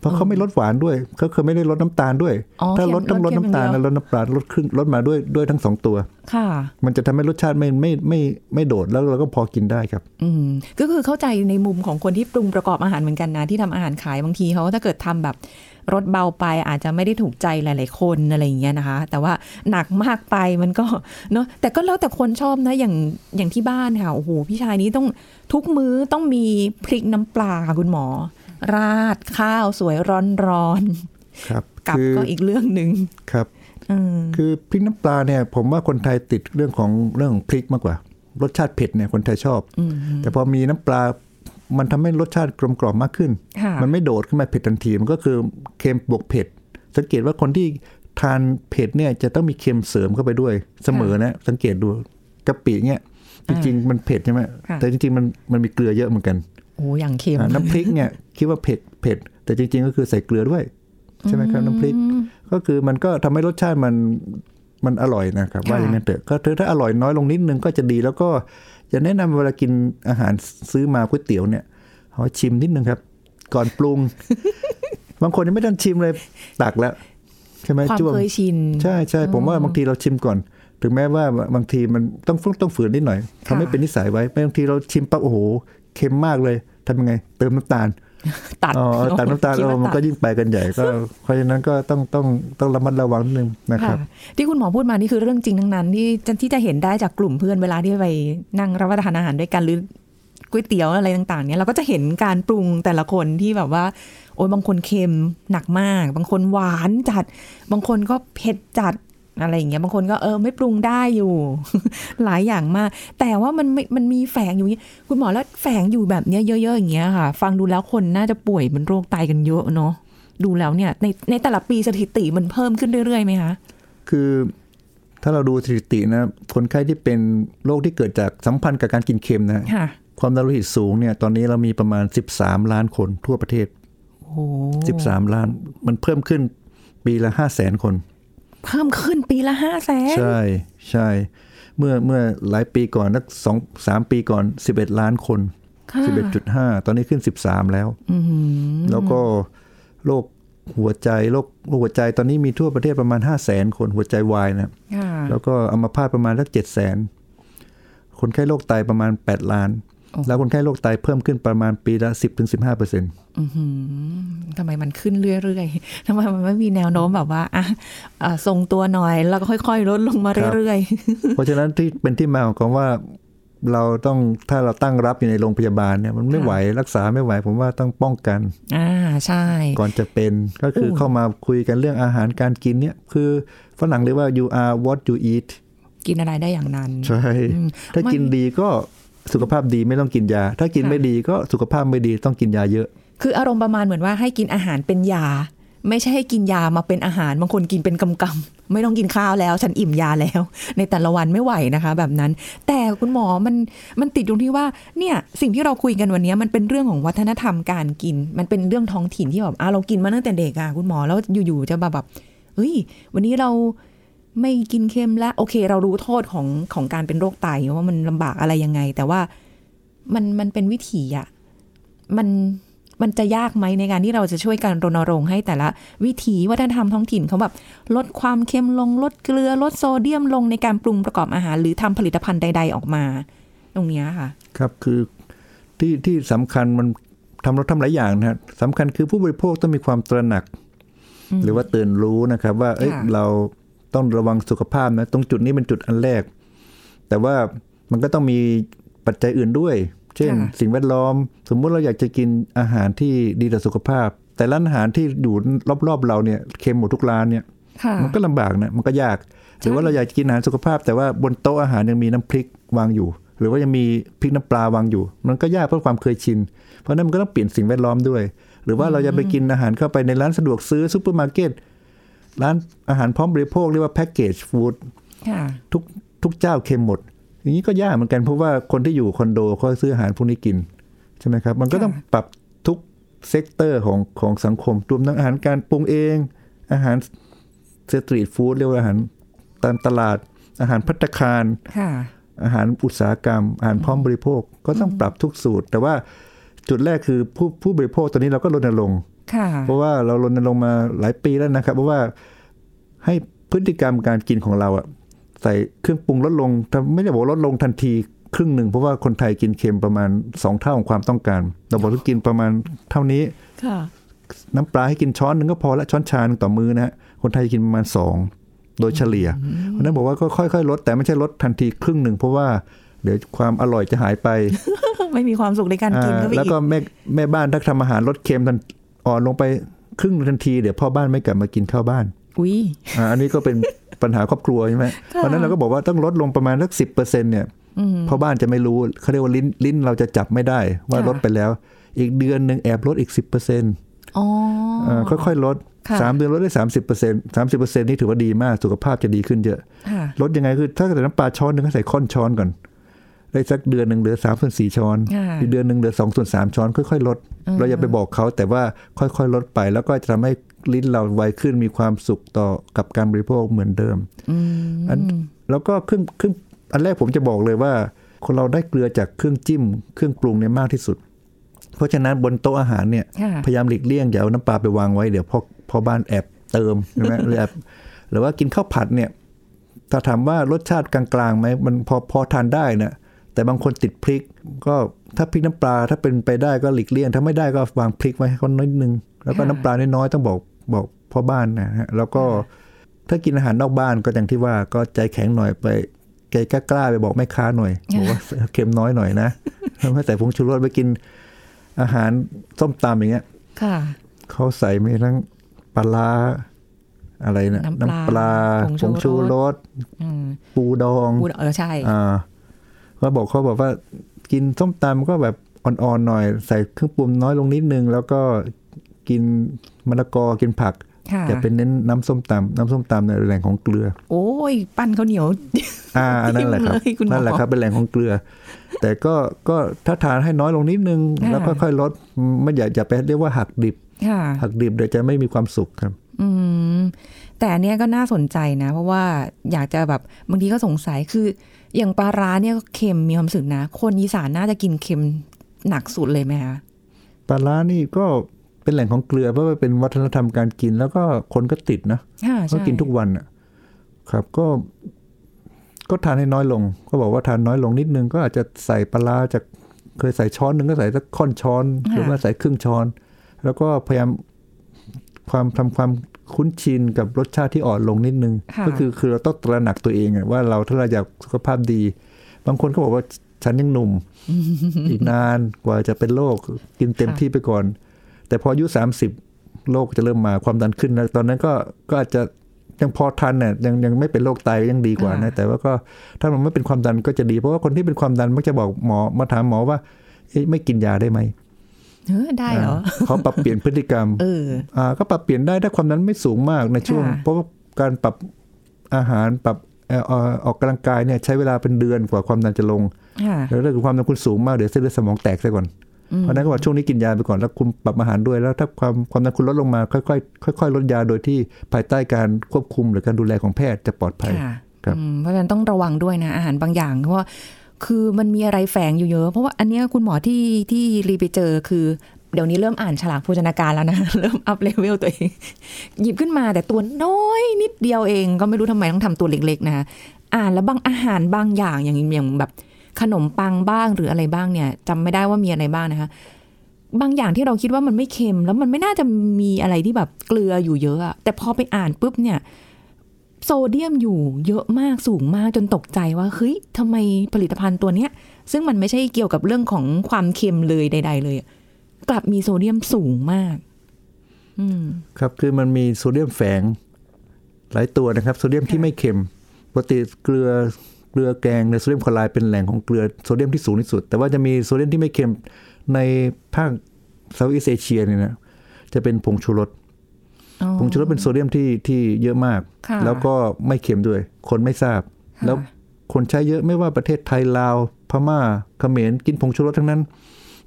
Speaker 2: เพราะเขาไม่ลดหวานด้วยเขาคือไม่ได้ลดน้ำตาลด้วย
Speaker 3: อ๋อ
Speaker 2: ถ้า
Speaker 3: เค็ม
Speaker 2: ลดต้องล
Speaker 3: ล
Speaker 2: ด
Speaker 3: ดเค็ม
Speaker 2: น้ำตาล
Speaker 3: อย่างเดียว
Speaker 2: แล้วลดน้ำปลาลดครึ่งลดมาด้วยด้วยทั้งสองตัว
Speaker 3: ค่ะ
Speaker 2: มันจะทำให้รสชาติไม่ไม่ไม่ไม่โดดแล้วเราก็พอกินได้ครับ
Speaker 3: อืมก็คือเข้าใจในมุมของคนที่ปรุงประกอบอาหารเหมือนกันนะ ที่ทำอาหารขายบางทีเขาถ้าเกิดทำแบบรสเบาไปอาจจะไม่ได้ถูกใจหลาย ๆ คนอะไรอย่างเงี้ยนะคะ แต่ว่าหนักมากไปมันก็ เนาะแต่ก็แล้วแต่คนชอบนะอย่างอย่างที่บ้านค่ะโอ้โหพี่ชายนี้ต้องทุกมื้อต้องมีพริกน้ำปลาค่ะคุณหมอ ราดข้าวสวยร้อน
Speaker 2: ครับ
Speaker 3: ๆกับก็อีกเรื่องหนึ่ง
Speaker 2: ครับ
Speaker 3: อืม
Speaker 2: คือพริกน้ำปลาเนี่ยผมว่าคนไทยติดเรื่องของเรื่องของพริกมากกว่า รสชาติเผ็ดเนี่ยคนไทยชอบ แต่พอมีน้ำปลา มันทำให้รสชาติกลมกล่อมมากขึ้น
Speaker 3: ค่ะ
Speaker 2: มันไม่โดดขึ้นมาเผ็ดทันทีมันก็คือเค็มบวกเผ็ด สังเกตว่าคนที่ทานเผ็ดเนี่ยจะต้องมีเค็มเสริมเข้าไปด้วยเสมอนะสังเกตดูกะปิเนี่ยจริงๆมันเผ็ดใช่ไหม
Speaker 3: ะ
Speaker 2: แต่จริงๆมันมันมีเกลือเยอะเหมือนกัน
Speaker 3: โอ้อย่างเค็ม
Speaker 2: อ่าน้ำพริกเนี่ยคิดว่าเผ็ดเผ็ดแต่จริง ๆ ก็คือใส่เกลือด้วย ใช่ไหมครับน้ำพริก ก็คือมันก็ทำให้รสชาติมันมันอร่อยนะครับ ว่า
Speaker 3: ค่ะ
Speaker 2: อย่างนั้นเถอะก็ถ้าอร่อยน้อยลงนิดนึงก็จะดีแล้วก็จะแนะนำเวลากินอาหารซื้อมาก๋วยเตี๋ยวเนี่ยเอาชิมนิดนึงครับ ก่อนปรุง บางคนยังไม่ทันชิมเลยตักแล้ว ใช่ไหม
Speaker 3: ความ
Speaker 2: จ้วง
Speaker 3: เคยชิน
Speaker 2: ใช่ใช่ผมว่าบางทีเราชิมก่อน ถึงแม้ว่าบางทีมันต้องฝึกต้องฝืนนิดหน่อยทำให้เป็นนิสัยไว้ไม่บางทีเราชิมปั๊บโอ้โหเค็มมากเลยทำยังไง เติมน้ำตาล
Speaker 3: ตัด
Speaker 2: อ๋อตัดน้ำตาล
Speaker 3: คิด
Speaker 2: เอ
Speaker 3: ว่
Speaker 2: อมัน
Speaker 3: ตัด
Speaker 2: ก็ยิ่งไปกันใหญ่ก็ เพราะฉะนั้นก็ต้องต้องต้องระมัดระวังนิดนึงนะครับ
Speaker 3: ที่คุณหมอพูดมานี่คือเรื่องจริงทั้งนั้นที่จะที่จะเห็นได้จากกลุ่มเพื่อนเวลาที่ไปนั่งรับประทานอาหารด้วยกันหรือก๋วยเตี๋ยวอะไรต่าง ๆ เนี่ยเราก็จะเห็นการปรุงแต่ละคนที่แบบว่า โอ้ยบางคนเค็มหนักมาก บางคนหวานจัด บางคนก็เผ็ดจัดอะไรอย่างเงี้ยบางคนก็เออไม่ปรุงได้อยู่ หลายอย่างมาก แต่ว่ามันไม่มันมีแฝงอยู่อย่างงี้คุณหมอแล้วแฝงอยู่แบบเนี้ยเยอะ ๆ อย่างเงี้ยค่ะ ฟังดูแล้วคนน่าจะป่วยเป็นโรคไตกันเยอะเนาะดูแล้วเนี่ยในในแต่ละปีสถิติมันเพิ่มขึ้นเรื่อยๆไหมคะ
Speaker 2: คือถ้าเราดูสถิตินะคนไข้ที่เป็นโรคที่เกิดจากสัมพันธ์กับการกินเค็มนะ
Speaker 3: ค่ะ
Speaker 2: ความดันโลหิตสูงเนี่ยตอนนี้เรามีประมาณ 13 ล้านคนทั่วประเทศ
Speaker 3: โอ้โห
Speaker 2: 13 ล้าน มันเพิ่มขึ้นปีละ5 0 0 0 0 0คน
Speaker 3: เพิ่มขึ้นปีละห้าแสน
Speaker 2: ใช่ใช่เมื่อเมื่อหลายปีก่อนนักสองสามปีก่อน 11 ล้านคน 11.5 ตอนนี้ขึ้น 13 แล้ว แล้วก็โรคหัวใจโรคโรคหัวใจตอนนี้มีทั่วประเทศประมาณ 5 0 0 0 0 0 คนหัวใจวายนะ
Speaker 3: ค่ะ
Speaker 2: แล้วก็อัมาพาตประมาณสัก7 0 0 0 0 0 คนไข้โรคไตประมาณ 8 ล้าน แล้วคนไข้โรคไตเพิ่มขึ้นประมาณปีละ 10-15%เปอร์เซ็นต์
Speaker 3: อื้อหือทำไมมันขึ้นเรื่อยๆทำไมมันไม่มีแนวโน้มแบบว่าอ่ะอ่ะทรงตัวหน่อย แล้วก็ค่อยๆ ลดลงมา
Speaker 2: ครับ
Speaker 3: เรื่อย
Speaker 2: เพราะฉะนั้นที่เป็นที่มาของคำว่า เราต้องถ้าเราตั้งรับอยู่ในโรงพยาบาลเนี่ยมันไม่ไหวรักษาไม่ไหว ผมว่าต้องป้อง กัน
Speaker 3: อ่าใช่
Speaker 2: ก่อนจะเป็นก็คือเข้ามาคุยกันเรื่องอาหารการกินเนี่ย คือฝรั่งเรียกว่า you are what you eat
Speaker 3: กินอะไรได้อย่างนั้น
Speaker 2: ใช่ ถ้ากินดีก็สุขภาพดีไม่ต้องกินยา ถ้ากินไม่ดีก็สุขภาพไม่ดีต้องกินยาเยอะ
Speaker 3: คืออารมณ์ประมาณเหมือนว่าให้กินอาหารเป็นยา ไม่ใช่ให้กินยามาเป็นอาหารบางคนกินเป็นกำกำๆไม่ต้องกินข้าวแล้ว ฉันอิ่มยาแล้ว ในแต่ละวันไม่ไหวนะคะ แบบนั้น แต่คุณหมอมันมันติดตรงที่ว่าเนี่ยสิ่งที่เราคุยกันวันนี้มันเป็นเรื่องของวัฒนธรรมการกิน มันเป็นเรื่องท้องถิ่นที่แบบอ่ะเรากินมาตั้งแต่เด็กอ่ะคุณหมอแล้วอยู่ๆจะแบบแบบเฮ้ย วันนี้เราไม่กินเค็มละโอเค เรารู้โทษของของการเป็นโรคไตว่ามันลำบากอะไรยังไง แต่ว่ามันมันเป็นวิถีอะ มันมันจะยากไหมในการที่เราจะช่วยกันรณรงค์ให้แต่ละ วิถีวัฒนธรรมท้องถิ่นเขาแบบลดความเค็มลงลดเกลือลดโซเดียมลงในการปรุงประกอบอาหาร หรือทำผลิตภัณฑ์ใด ๆ ออกมา ตรงเนี้ยค่ะ
Speaker 2: ครับคือที่ที่สำคัญมันทำเราทำหลายอย่างนะฮะสำคัญคือผู้บริโภคต้องมีความตระหนัก หรือว่าตื่นรู้นะครับ ว่าเอ้ย
Speaker 3: ค่ะ
Speaker 2: เราต้องระวังสุขภาพนะ ตรงจุดนี้เป็นจุดอันแรก แต่ว่ามันก็ต้องมีปัจจัยอื่นด้วย เช่น
Speaker 3: ค่ะ
Speaker 2: สิ่งแวดล้อม สมมุติเราอยากจะกินอาหารที่ดีต่อสุขภาพ แต่ร้านอาหารที่อยู่รอบๆเราเนี่ยเค็มหมดทุกร้านเนี่ย
Speaker 3: ค่ะ
Speaker 2: มันก็ลำบากนะ มันก็ยาก หรือว่าเราอยากกินอาหารสุขภาพ แต่ว่าบนโต๊ะอาหารยังมีน้ำพริกวางอยู่ หรือว่ายังมีพริกน้ำปลาวางอยู่ มันก็ยากเพราะความเคยชิน เพราะฉะนั้นมันก็ต้องเปลี่ยนสิ่งแวดล้อมด้วย หรือว่าเราจะไปกินอาหารเข้าไปในร้านสะดวกซื้อซูเปอร์มาร์เก็ต ร้านอาหารพร้อมบริโภคเรียกว่าแพ็กเกจฟู้ด
Speaker 3: ค่ะ
Speaker 2: ทุกทุกเจ้าเค็มหมด อย่างนี้ก็ยากเหมือนกันเพราะว่าคนที่อยู่คอนโดเขาซื้ออาหารพวกนี้กิน ใช่ไหมครับ มันก็ต้องปรับทุกเซกเตอร์ของของสังคมรวมทั้งอาหารการปรุงเอง อาหารสตรีทฟู้ดเรียกว่าอาหารตามตลาด อาหารพัตตาคาร
Speaker 3: ค่ะ
Speaker 2: อาหารอุตสาหกรรม อาหารพร้อมบริโภคก็ต้องปรับทุกสูตร แต่ว่าจุดแรกคือผู้ผู้บริโภคตอนนี้เราก็รณรงค์
Speaker 3: ค่ะ
Speaker 2: เพราะว่าเรารณรงค์มาหลายปีแล้วนะครับ เพราะว่าให้พฤติกรรมการกินของเราอะใส่เครื่องปรุงลดลงแต่ไม่ได้บอกว่าลดลงทันทีครึ่งหนึ่งเพราะว่าคนไทยกินเค็มประมาณ 2 เท่าของความต้องการ เราบอกว่ากินประมาณเท่านี้
Speaker 3: ค่ะ
Speaker 2: น้ำปลาให้กินช้อนหนึ่งก็พอละช้อนชาหนึ่งต่อมือนะฮะคนไทยกินประมาณสองโดยเฉลี่ยเพราะฉะนั้นบอกว่าก็ค่อยๆลดแต่ไม่ใช่ลดทันทีครึ่งหนึ่งเพราะว่าเดี๋ยวความอร่อยจะหายไป
Speaker 3: ไม่มีความสุขในการกินก็ไป
Speaker 2: อ่าแล้ว
Speaker 3: อีก
Speaker 2: ก็แม่แม่บ้านถ้าทำอาหารรสเค็มทันอ่อนลงไปครึ่งทันทีเดี๋ยวพ่อบ้านไม่กลับมากินข้าวบ้าน
Speaker 3: อุ้ย
Speaker 2: อ่าอันนี้ก็เป็น ปัญหาครอบครัวใช่ไหมเพราะฉะนั้นเราก็บอกว่าต้องลดลงประมาณสักสิบเปอร์เซ็นเนี่ยพ่อบ้านจะไม่รู้เขาเรียกว่าลิ้นลิ้นเราจะจับไม่ได้ว่า
Speaker 3: ค่ะ
Speaker 2: ลดไปแล้ว อีกเดือนหนึ่งแอบลดอีกสิบเปอร์เซ็นต์
Speaker 3: อ๋อ
Speaker 2: ค่อยๆลด
Speaker 3: ค่ะ
Speaker 2: สามเดือนลดได้สามสิบเปอร์เซ็นต์สามสิบเปอร์เซ็นต์นี่ถือว่าดีมากสุขภาพจะดีขึ้นเยอะ
Speaker 3: ค่ะ
Speaker 2: ลดยังไงคือถ้าใส่น้ำปลาช้อนหนึ่งก็ใส่ค่อนช้อนก่อน ได้สักเดือนหนึ่งเหลือสามส่วนสี่ช้อน
Speaker 3: ค่ะ
Speaker 2: อีกเดือนหนึ่งเหลือสองส่วนสามช้อนค่อยๆลด เราอย่าไปบอกเขาแต่ว่าค่อยๆลดไป แล้วก็จะทำให้ลิ้นเราไวขึ้นมีความสุขต่อกับการบริโภคเหมือนเดิมอันแล้วก็เครื่องเครื่องอันแรกผมจะบอกเลยว่า คนเราได้เกลือจากเครื่องจิ้ม เครื่องปรุงเนี่ยมากที่สุด เพราะฉะนั้นบนโต๊ะอาหารเนี่ย
Speaker 3: ค่ะ
Speaker 2: พยายามหลีกเลี่ยงอย่าเอาน้ำปลาไปวางไว้เดี๋ยวพ่อพ่อบ้านแอบเติมใช่ ไหม หรือแอบหรือว่ากินข้าวผัดเนี่ย ถ้าถามว่ารสชาติกลางๆไหมมันพอพอทานได้นะแต่บางคนติดพริก ก็ถ้าพริกน้ำปลาถ้าเป็นไปได้ก็หลีกเลี่ยง ถ้าไม่ได้ก็วางพริกไว้ให้เขาน้อยนึง แล้วก็
Speaker 3: ค่ะ
Speaker 2: น้ำปลาน้อยๆต้องบอกบอกพ่อบ้านนะฮะแล้วก็ถ้ากินอาหารนอกบ้านก็อย่างที่ว่าก็ใจแข็งหน่อยไปใจกล้าๆไปบอกแม่ค้าหน่อยบอกว่าเค็มน้อยหน่อยนะไม่แต่ผงชูรสไปกินอาหารส้มตำอย่างเงี้ย
Speaker 3: ค่ะ
Speaker 2: เขาใส่มีทั้งปลาร้าอะไรนะ
Speaker 3: น้ำปลา
Speaker 2: ผ
Speaker 3: ผ
Speaker 2: ง
Speaker 3: งชู
Speaker 2: ชูร
Speaker 3: ร
Speaker 2: ส
Speaker 3: อืม
Speaker 2: ปูดอง
Speaker 3: พูดเออใช่
Speaker 2: อ่าเขาบอกเขาบอกว่ากินส้มตำก็แบบอ่อนๆหน่อย ใส่เครื่องปรุงน้อยลงนิดนึง แล้วก็กินมะละกอกินผัก
Speaker 3: ค่ะ
Speaker 2: อย่าเป็นเน้นน้ำส้มตำน้ำส้มตำเนี่ยเป็นแหล่งของเกลือ
Speaker 3: โอ้ย ปั้นข้าวเหนียว
Speaker 2: อ่าอันนั่นแหละครับ
Speaker 3: เลยคุณหมอ
Speaker 2: นั่นแหละครับเป็นแหล่งของเกลือ แต่ก็ก็ถ้าทานให้น้อยลงนิดนึง
Speaker 3: ค่ะ
Speaker 2: แล้วค่อยๆลดไม่อย่าอย่าไปเรียกว่าหักดิบ
Speaker 3: ค่ะ
Speaker 2: หักดิบเดี๋ยวจะไม่มีความสุขครับ
Speaker 3: อืมแต่อันเนี้ยก็น่าสนใจนะ เพราะว่าอยากจะแบบบางทีก็สงสัยคือ อย่างปลาร้าเนี่ยก็เค็มมีความรู้สึกนะ คนอีสานน่าจะกินเค็มหนักสุดเลยไหมคะ
Speaker 2: ปลาร้านี่ก็เป็นแหล่งของเกลือเพราะว่าเป็นวัฒนธรรมการกิน แล้วก็คนก็ติดนะ
Speaker 3: อ่า
Speaker 2: ก็
Speaker 3: ใช่
Speaker 2: กินทุกวันอ่ะครับก็ ก็ทานให้น้อยลง ก็บอกว่าทานน้อยลงนิดนึงก็อาจจะใส่ปลาร้าจากเคยใส่ช้อนหนึ่งก็ใส่สักค่อนช้อน หรือว่าใส่ครึ่งช้อน แล้วก็พยายามความทำความคุ้นชินกับรสชาติที่อ่อนลงนิดนึง
Speaker 3: ค่ะ
Speaker 2: ก็คือคือเราต้องตระหนักตัวเองอะว่าเราถ้าเราอยากสุขภาพดี บางคนก็บอกว่า ฉันยังหนุ่ม อีกนานกว่าจะเป็นโรคกินเต็มที่ไปก่อน แต่พออายุสามสิบโรคจะเริ่มมาความดันขึ้นนะตอนนั้นก็ก็อาจจะยังพอทันเนี่ยยังยังไม่เป็นโรคไตก็ยังดีกว่านะ
Speaker 3: ค่ะ
Speaker 2: แต่ว่าก็ถ้ามันไม่เป็นความดันก็จะดี เพราะว่าคนที่เป็นความดันมักจะบอกหมอมาถามหมอว่าเอ๊ะไม่กินยาได้ไหม
Speaker 3: เออได้เหร
Speaker 2: า
Speaker 3: อ
Speaker 2: เขาปรับเปลี่ยนพฤติกรรม
Speaker 3: เออ
Speaker 2: อ่าก็ปรับเปลี่ยนได้ถ้าความดันไม่สูงมากในช่วง
Speaker 3: ค่ะ
Speaker 2: เพราะว่าการปรับอาหารปรับเอ่อเอ่อออกกำลังกายเนี่ยใช้เวลาเป็นเดือนกว่าความดันจะลง
Speaker 3: ค่ะ
Speaker 2: แล้วถ้าเกิดความดันคุณสูงมากเดี๋ยวเส้นเลือดสมองแตกซะก่อน เพราะฉะนั้นก็บอกช่วงนี้กินยาไปก่อนแล้วคุณปรับอาหารด้วยแล้วถ้าความความดันคุณลดลงมาค่อยๆค่อยๆลดยาโดยที่ภายใต้การควบคุมหรือการดูแลของแพทย์จะปลอดภัย
Speaker 3: ค่ะ
Speaker 2: ครับ
Speaker 3: อืมเพราะฉะนั้นต้องระวังด้วยนะ อาหารบางอย่าง เพราะว่าคือมันมีอะไรแฝงอยู่เยอะ เพราะว่าอันเนี้ยคุณหมอที่ที่รีไปเจอคือ เดี๋ยวนี้เริ่มอ่านฉลากโภชนาการแล้วนะ เริ่มอัพเลเวลตัวเอง หยิบขึ้นมาแต่ตัวน้อยนิดเดียวเองก็ไม่รู้ทำไมต้องทำตัวเล็กๆนะคะอ่านแล้วบางอาหารบางอย่างอย่างอย่างแบบขนมปังบ้างหรืออะไรบ้างเนี่ยจำไม่ได้ว่ามีอะไรบ้างนะคะ บางอย่างที่เราคิดว่ามันไม่เค็ม แล้วมันไม่น่าจะมีอะไรที่แบบเกลืออยู่เยอะอะแต่พอไปอ่านปุ๊บเนี่ย โซเดียมอยู่เยอะมากสูงมากจนตกใจว่าเฮ้ยทำไมผลิตภัณฑ์ตัวเนี้ย ซึ่งมันไม่ใช่เกี่ยวกับเรื่องของความเค็มเลยใด ๆ เลยอะกลับมีโซเดียมสูงมาก อืม
Speaker 2: ครับคือมันมีโซเดียมแฝงหลายตัวนะครับโซเดียมที่ไม่เค็มปกติเกลือเกลือแกงในยโซเดียมคลอไรด์เป็นแหล่งของเกลือโซเดียมที่สูงที่สุด แต่ว่าจะมีโซเดียมที่ไม่เค็มในภาคเซาท์อีสเอเชียเนี่ยนะจะเป็นผงชูรส
Speaker 3: อ๋อ
Speaker 2: ผงชูรสเป็นโซเดียมที่ที่เยอะมาก
Speaker 3: ค่ะ
Speaker 2: แล้วก็ไม่เค็มด้วย คนไม่ทราบ แล้วคนใช้เยอะไม่ว่าประเทศไทยลาว พม่าเขมรกินผงชูรสทั้งนั้น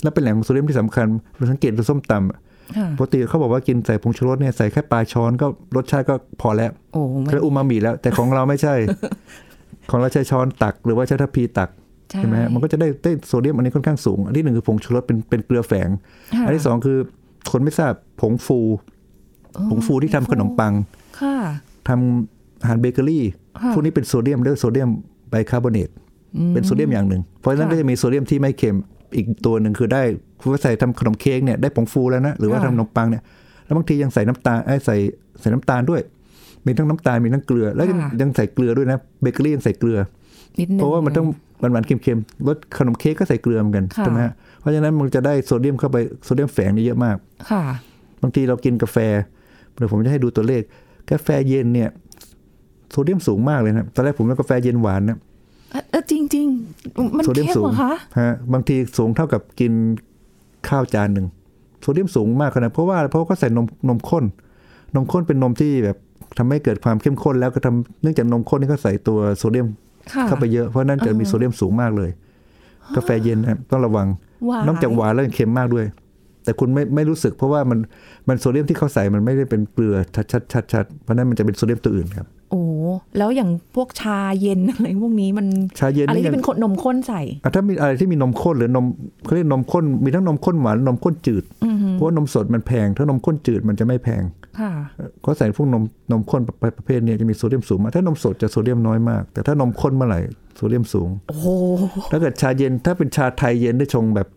Speaker 2: และเป็นแหล่งของโซเดียมที่สำคัญเราสังเกตดูส้มตำ
Speaker 3: ค่ะ
Speaker 2: ปกติเขาบอกว่ากินใส่ผงชูรสเนี่ยใส่แค่ปลายช้อนก็รสชาติก็พอแล้ว
Speaker 3: โอ้มัน
Speaker 2: แล้อูมามิแล้ว แต่ของเราไม่ ใช่ ของเราใช้ช้อนตักหรือว่าใช้ทัพพีตัก
Speaker 3: ใช่
Speaker 2: ใช่ไหมฮะมันก็จะได้ได้โซเดียมอันนี้ค่อนข้างสูง อันที่หนึ่งคือผงชูรสเป็นเป็นเกลือแฝง
Speaker 3: ค่ะ
Speaker 2: อันที่สองคือคนไม่ทราบผงฟูผงฟูที่ทำขนมปัง
Speaker 3: ค่ะ
Speaker 2: ทำอาหารเบเกอรี่
Speaker 3: ค่ะ
Speaker 2: พวกนี้เป็นโซเดียมเรียกว่าโซเดียมไบคาร์บอเนตเป็นโซเดียมอย่างหนึ่งเพราะฉะนั้นก็จะมีโซเดียมที่ไม่เค็มอีกตัวหนึ่งคือได้คุณว่าใส่ทำขนมเค้กเนี่ยได้ผงฟูแล้วนะหรือว่าทำขนมปังเนี่ยแล้วบางทียังใส่น้ำตาลเอ้ยใส่ใส่น้ำตาลด้วย มีทั้งน้ำตาลมีทั้งเกลือ แล้วยัง
Speaker 3: ค่ะ
Speaker 2: ยังใส่เกลือด้วยนะเบเกอรี่ยังใส่เกลือ
Speaker 3: นิดนึง
Speaker 2: เพราะว่ามันต้องหวานๆเค็มๆรสขนมเค้กก็ใส่เกลือเหมือนกัน
Speaker 3: ค่ะ
Speaker 2: ใช่ไหมฮะเพราะฉะนั้นมันจะได้โซเดียมเข้าไปโซเดียมแฝงเนี่ยเยอะมาก
Speaker 3: ค่ะ
Speaker 2: บางทีเรากินกาแฟเดี๋ยวผมจะให้ดูตัวเลข กาแฟเย็นเนี่ยโซเดียมสูงมากเลยนะตอนแรกผมว่ากาแฟเย็นหวานนะ
Speaker 3: เอ่อเออจริงจริงๆมัน
Speaker 2: โซเดี
Speaker 3: เค็
Speaker 2: ม
Speaker 3: ม
Speaker 2: สู
Speaker 3: เห
Speaker 2: ง
Speaker 3: รอคะ
Speaker 2: ฮะบางทีสูงเท่ากับกินข้าวจานหนึ่งโซเดียมสูงมากขนาดเพราะว่าเพราะว่าเขาใส่นมนมข้น นมข้นเป็นนมที่แบบทำให้เกิดความเข้มข้นแล้วก็ทำเนื่องจากนมข้นนี่เขาใส่ตัวโซเดียม
Speaker 3: ค่ะ
Speaker 2: เข้าไปเยอะเพราะฉะนั้นจะมีโซเดียมสูงมากเลย กาแฟเย็นนะต้องระวัง
Speaker 3: หวาน
Speaker 2: นอกจากหวานแล้วยังเค็มมากด้วย แต่คุณไม่ไม่รู้สึกเพราะว่ามันมันโซเดียมที่เขาใส่มันไม่ได้เป็นเกลือชัดชัดชัดชัดเพราะฉะนั้นมันจะเป็นโซเดียมตัวอื่นครับ
Speaker 3: โอ้แล้วอย่างพวกชาเย็นอะไรพวกนี้มัน
Speaker 2: ชาเย็น
Speaker 3: อะไร
Speaker 2: นี่ยั
Speaker 3: ที่
Speaker 2: ง
Speaker 3: เป็นขนมข้นใส่
Speaker 2: อ่ะถ้ามีอะไรที่มีนมข้นหรือนมเขาเรียกนมข้นมีทั้งนมข้นหวานนมข้นจืด เพราะว่านมสดมันแพง ถ้านมข้นจืดมันจะไม่แพง
Speaker 3: ค่ะ
Speaker 2: เขาใส่พวกนมนมข้นประประเภทเนี้จะมีโซเดียมสูงมากถ้านมสดจะโซเดียมน้อยมาก แต่ถ้านมข้นเมื่อไหร่โซเดียมสูง
Speaker 3: โอ้โห
Speaker 2: ถ้าเกิดชาเย็นถ้าเป็นชาไทยเย็นได้ชงแบบ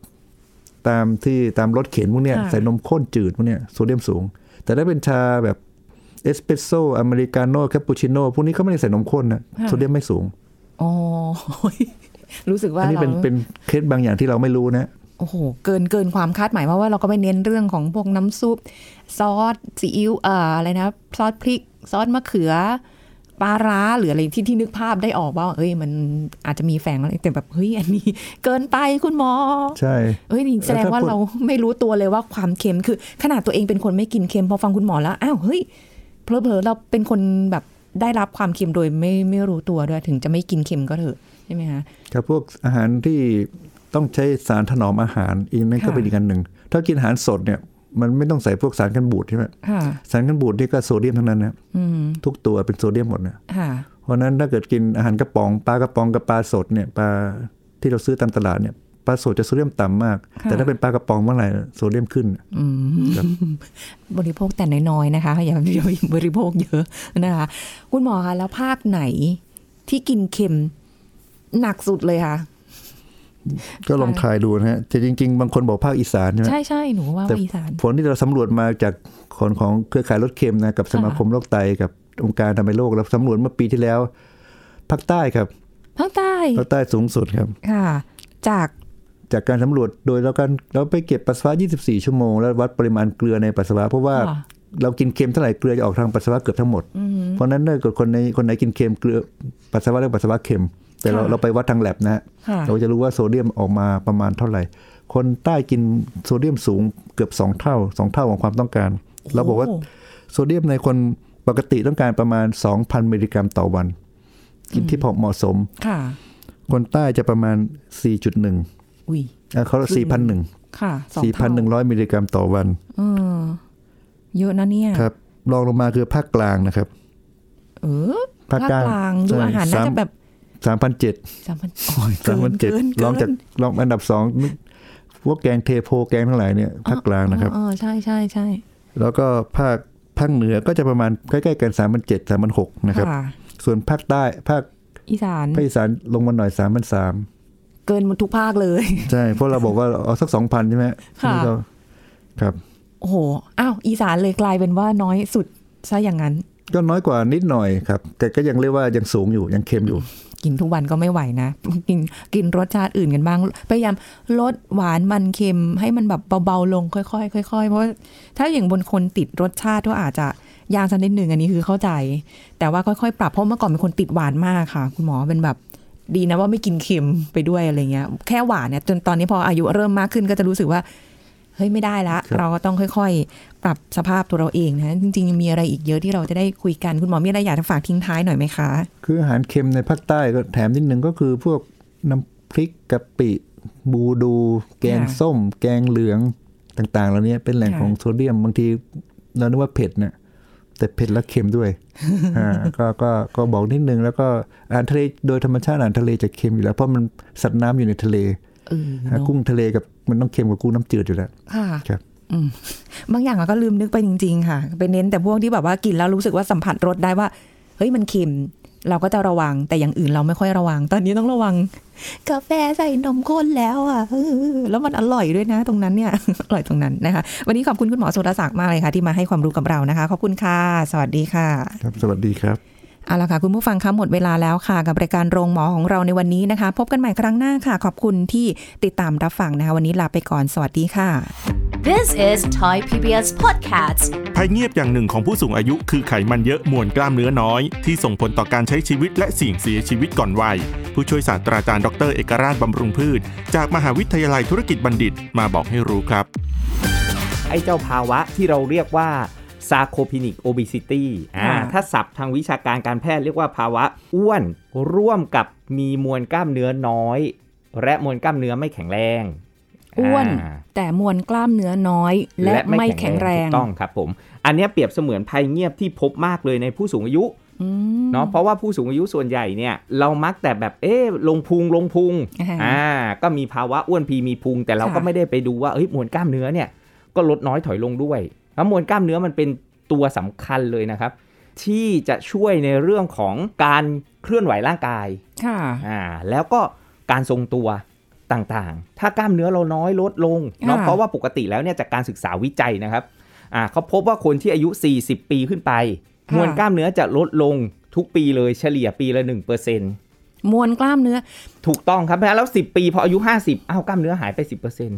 Speaker 2: ตามที่ตามรถเข็นพวกเนี้ย
Speaker 3: ค่ะ
Speaker 2: ใส่นมข้นจืดพวกเนี้ยโซเดียมสูง แต่ถ้าเป็นชาแบบเอสเปรสโซ่อเมริกาโน่แคปปูชิโน่พวกนี้เขาไม่ได้ใส่นมข้นนะโซเดียมไม่สูง
Speaker 3: อ๋อ รู้สึกว่า
Speaker 2: อันนี้
Speaker 3: เรา
Speaker 2: เป็นเป็นเคสบางอย่างที่เราไม่รู้นะ
Speaker 3: โอ้โห เกินเกินความคาดหมายเพราะว่าเราก็ไปเน้นเรื่องของพวกน้ำซุป ซอสซีอิ๊วเอ่ออะไรนะ ซอสพริก ซอสมะเขือปลาร้าหรืออะไรที่ที่นึกภาพได้ออกว่า เอ้ย มันอาจจะมีแฝงอะไรแต่แบบเฮ้ยอันนี้ เกินไปคุณหมอ
Speaker 2: ใช่
Speaker 3: เอ้ยนี่แสดงว่า
Speaker 2: แล้วถ้าพูด
Speaker 3: เราไม่รู้ตัวเลยว่าความเค็มคือ ขนาดตัวเองเป็นคนไม่กินเค็มพอฟังคุณหมอแล้วอ้าวเฮ้ยเพลอเพลอๆเราเป็นคนแบบได้รับความเค็มโดยไม่ไม่รู้ตัวด้วยถึงจะไม่กินเค็มก็เถอะใช่ไหมคะ
Speaker 2: ครับพวกอาหารที่ต้องใช้สารถนอมอาหารอีกนั่นก็
Speaker 3: ค่ะ
Speaker 2: เป็นอีกอันหนึ่งถ้ากินอาหารสดเนี่ยมันไม่ต้องใส่พวกสารกันบูดใช่ไหม
Speaker 3: ค่ะ
Speaker 2: สารกันบูดนี่ก็โซเดียมทั้งนั้นนะ
Speaker 3: อืม
Speaker 2: ทุกตัวเป็นโซเดียมหมดนะ
Speaker 3: ค่ะ
Speaker 2: เพราะฉะนั้นถ้าเกิดกินอาหารกระป๋องปลากระป๋องกับปลาสดเนี่ยปลาที่เราซื้อตามตลาดเนี่ยปลาสดจะโซเดียมต่ำมาก
Speaker 3: ค่ะ
Speaker 2: แต่ถ้าเป็นปลากระป๋องเมื่อไหร่โซเดียมขึ้น
Speaker 3: อืม
Speaker 2: ครับ
Speaker 3: บริโภคแต่น้อยๆนะคะ อย่าอย่าบริโภคเยอะนะคะ คุณหมอคะแล้วภาคไหนที่กินเค็มหนักสุดเลยค่ะ
Speaker 2: ก็ลองทายดูนะฮะแต่จริง ๆ บางคนบอกภาคอีสานใช่ไหม
Speaker 3: ใช่ใช่หนูว่าอีสาน
Speaker 2: ผลที่เราสำรวจมาจากคนของเครือข่ายรถเค็มนะกับสมาคมโรคไตกับองค์การอนามัยโลกเราสำรวจเมื่อปีที่แล้วภาคใต้ครับ
Speaker 3: ภาคใต้
Speaker 2: ภาคใต้สูงสุดครับ
Speaker 3: ค่ะ จาก
Speaker 2: จากการสำรวจโดยแล้วกันเราไปเก็บปัสสาวะ 24 ชั่วโมง แล้ววัดปริมาณเกลือในปัสสาวะ เพราะว่า
Speaker 3: ค่ะ
Speaker 2: เรากินเค็มเท่าไหร่เกลือจะออกทางปัสสาวะเกือบทั้งหมด เพราะฉะนั้นถ้าเกิดคนในคนไหนกินเค็มเกลือปัสสาวะเรียกปัสสาวะเค็ม แต่เรา
Speaker 3: ค่ะ
Speaker 2: เราไปวัดทางแลบนะฮะ
Speaker 3: ค่ะ
Speaker 2: เราจะรู้ว่าโซเดียมออกมาประมาณเท่าไหร่ คนใต้กินโซเดียมสูงเกือบ 2 เท่า 2 เท่าของความต้องการ เราบอกว่าโซเดียมในคนปกติต้องการประมาณ 2,000มิลลิกรัมต่อวัน กินที่พอเหมาะสม
Speaker 3: ค่ะ
Speaker 2: คนใต้จะประมาณ 4.1
Speaker 3: อุ้ย
Speaker 2: อ่ะเขา
Speaker 3: ครึ่
Speaker 2: สี่
Speaker 3: ง
Speaker 2: พัน
Speaker 3: ห
Speaker 2: ห
Speaker 3: นึ่
Speaker 2: นึ่
Speaker 3: ง
Speaker 2: ง
Speaker 3: ค่ะสอง
Speaker 2: สี่พัน
Speaker 3: เท่า
Speaker 2: หนึ่งร้อยมิลลิกรัมต่อวัน
Speaker 3: เออเยอะนะเนี่ย
Speaker 2: ครับรองลงมาคือภาคกลางนะครับ
Speaker 3: เออ
Speaker 2: ภาคกลาง
Speaker 3: ดูอาหารน่าจะแบบ
Speaker 2: สามพันเจ็ด
Speaker 3: สามพัน
Speaker 2: สามพันเจ็ด
Speaker 3: เกินเกิน
Speaker 2: รองจากรองอันดับสองพวกแกงเทโพแกงทั้งหลายเนี่ยภาคกลางนะครับ
Speaker 3: อ๋ออ๋อใช่ใช่ใช่
Speaker 2: แล้วก็ภาคภาคเหนือก็จะประมาณใกล้ๆกันสามพันเจ็ดสามพันหกนะครับ
Speaker 3: ค่ะ
Speaker 2: ส่วนภาคใต้ภาค
Speaker 3: อีสาน
Speaker 2: ภาคอีสานลงมาหน่อยสามพันสาม
Speaker 3: เกินหมดทุกภาคเลย
Speaker 2: ใช่เพราะเราบอกว่าเอาสักสองพันใช่ไหม
Speaker 3: ค่ะ
Speaker 2: นี่ก็ครับ
Speaker 3: โอ้โห อ้าว อีสานเลยกลายเป็นว่าน้อยสุดซะอย่างนั้น
Speaker 2: ก็น้อยกว่านิดหน่อยครับ แต่ก็ยังเรียกว่ายังสูงอยู่ยังเค็มอยู่
Speaker 3: กินทุกวันก็ไม่ไหวนะ กินกินรสชาติอื่นกันบ้าง พยายามลดหวานมันเค็มให้มันแบบเบาๆลงค่อยๆค่อยๆ เพราะถ้าอย่างบนคนติดรสชาติก็อาจจะยากสักนิดหนึ่งอันนี้คือเข้าใจ แต่ว่าค่อยๆ ปรับเพราะเมื่อก่อนเป็นคนติดหวานมากค่ะ คุณหมอเป็นแบบดีนะว่าไม่กินเค็มไปด้วยอะไรเงี้ย แค่หวานเนี่ยจนตอนนี้พออายุเริ่มมากขึ้นก็จะรู้สึกว่า เฮ้ยไม่ได้ละ
Speaker 2: ครับ
Speaker 3: เราก็ต้องค่อยๆ ปรับสภาพตัวเราเองนะจริงๆยังมีอะไรอีกเยอะที่เราจะได้คุยกันคุณหมอมีอะไรอยากจะฝากทิ้งท้ายหน่อยไหมคะ
Speaker 2: คืออาหารเค็มในภาคใต้ก็แถมนิดนึงก็คือพวกน้ำพริกกะปิบูดู แกง
Speaker 3: ค่ะ
Speaker 2: ส้ม แกงเหลืองต่างๆเหล่านี้เป็นแหล่ง
Speaker 3: ค่ะ
Speaker 2: ของโซเดียมบางทีเรานึกว่าเผ็ดนะแต่เผ็ดและเค็มด้วย อ่าก็ก็ก็บอกนิดนึงแล้วก็อาหารทะเลโดยธรรมชาติอาหารทะเลจะเค็มอยู่แล้วเพราะมันสัตว์น้ำอยู่ในทะเล
Speaker 3: เออ
Speaker 2: อ่า
Speaker 3: เนอะ
Speaker 2: กุ้งทะเลกับมันต้องเค็มกว่ากุ้งน้ำจืดอยู่แล้ว
Speaker 3: ค่ะ
Speaker 2: ครับ
Speaker 3: อืมบางอย่างเราก็ลืมนึกไปจริง ๆ ค่ะ ไปเน้นแต่พวกที่แบบว่ากินแล้วรู้สึกว่าสัมผัสรสได้ว่า เฮ้ยมันเค็ม เราก็จะระวังแต่อย่างอื่นเราไม่ค่อยระวัง ตอนนี้ต้องระวัง กาแฟใส่นมข้นแล้วอ่ะเออ แล้วมันอร่อยด้วยนะ ตรงนั้นเนี่ย อร่อยตรงนั้นนะคะ วันนี้ขอบคุณคุณหมอสุรศักดิ์มากเลยค่ะ ที่มาให้ความรู้กับเรานะคะ ขอบคุณค่ะ สวัสดีค่ะ
Speaker 2: ครับสวัสดีครับ
Speaker 3: เอาละค่ะ คุณผู้ฟังคะหมดเวลาแล้วค่ะ กับรายการโรงหมอของเราในวันนี้นะคะ พบกันใหม่ครั้งหน้าค่ะ ขอบคุณที่ติดตามรับฟังนะคะ วันนี้ลาไปก่อนสวัสดีค่ะ
Speaker 1: This is Thai PBS Podcast.
Speaker 4: ภัยเงียบอย่างหนึ่งของผู้สูงอายุคือไขมันเยอะมวลกล้ามเนื้อน้อย ที่ส่งผลต่อการใช้ชีวิตและเสี่ยงเสียชีวิตก่อนวัย ผู้ช่วยศาสตราจารย์ดรเอกราชบำรุงพืช จากมหาวิทยาลัยธุรกิจบัณฑิตมาบอกให้รู้ครับ
Speaker 5: ไอ้เจ้าภาวะที่เราเรียกว่า sarcopenic obesity อ่า
Speaker 3: ค่ะ
Speaker 5: ถ้าศัพท์ทางวิชาการการแพทย์เรียกว่าภาวะอ้วน ร่วมกับมีมวลกล้ามเนื้อน้อย และมวลกล้ามเนื้อไม่แข็งแรง
Speaker 3: อ้วน
Speaker 5: า
Speaker 3: แต่มวลกล้ามเนื้อน้อย และไม่แข็งแรง
Speaker 5: ถูกต้องครับผม อันเนี้ยเปรียบเสมือนภัยเงียบที่พบมากเลยในผู้สูงอายุ
Speaker 3: อืม
Speaker 5: เนาะเพราะว่าผู้สูงอายุส่วนใหญ่เนี่ยเรามักแต่แบบเอ๊ะลงพุงลงพุง
Speaker 3: อ่าฮะ
Speaker 5: อ่าก็มีภาวะอ้วนพีมีพุง แต่เราก็
Speaker 3: ค่ะ
Speaker 5: ไม่ได้ไปดูว่าเอ้ยมวลกล้ามเนื้อเนี่ย ก็ลดน้อยถอยลงด้วยแล้วมวลกล้ามเนื้อมันเป็นตัวสำคัญเลยนะครับ ที่จะช่วยในเรื่องของการเคลื่อนไหวร่างกาย
Speaker 3: ค่ะ
Speaker 5: อ่าแล้วก็การทรงตัวต่างๆ ถ้ากล้ามเนื้อเราน้อยลดลงเนาะ
Speaker 3: ค่ะ
Speaker 5: เพราะว่าปกติแล้วเนี่ยจากการศึกษาวิจัยนะครับอ่าเขาพบว่าคนที่อายุ 40 ปีขึ้นไป มวลกล้ามเนื้อจะลดลงทุกปีเลยเฉลี่ยปีละ1%
Speaker 3: มวลกล้ามเนื้อ
Speaker 5: ถูกต้องครับเพราะฉะนั้นแล้ว 10 ปีพออายุ 50อ้าวกล้ามเนื้อหายไป 10%